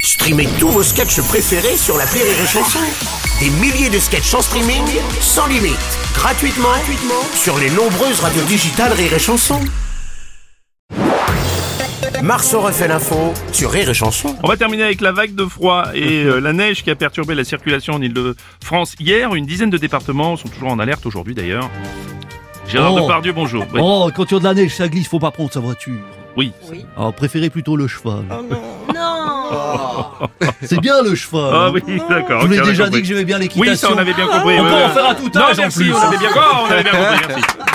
Streamez tous vos sketchs préférés sur la Rire et Chanson. Des milliers de sketchs en streaming, sans limite, gratuitement, gratuitement sur les nombreuses radios digitales Rire et Chanson. Marceau refait l'info sur Rire et Chanson. On va terminer avec la vague de froid et euh, la neige qui a perturbé la circulation en Ile-de-France hier. Une dizaine de départements sont toujours en alerte aujourd'hui d'ailleurs. Gérard Oh. Depardieu, bonjour. Oui, Oh, quand il y a de la neige, ça glisse, faut pas prendre sa voiture. oui. Ah, préférez plutôt le cheval. Non C'est bien le cheval. Ah hein. oui, d'accord. Je vous ok, on l'ai a déjà dit compris. que j'aimais bien Oui, l'équitation. ça on avait bien compris. On oui, peut oui, en oui. faire à tout Non, âge en merci, plus. on avait bien, oh, on avait bien compris, merci.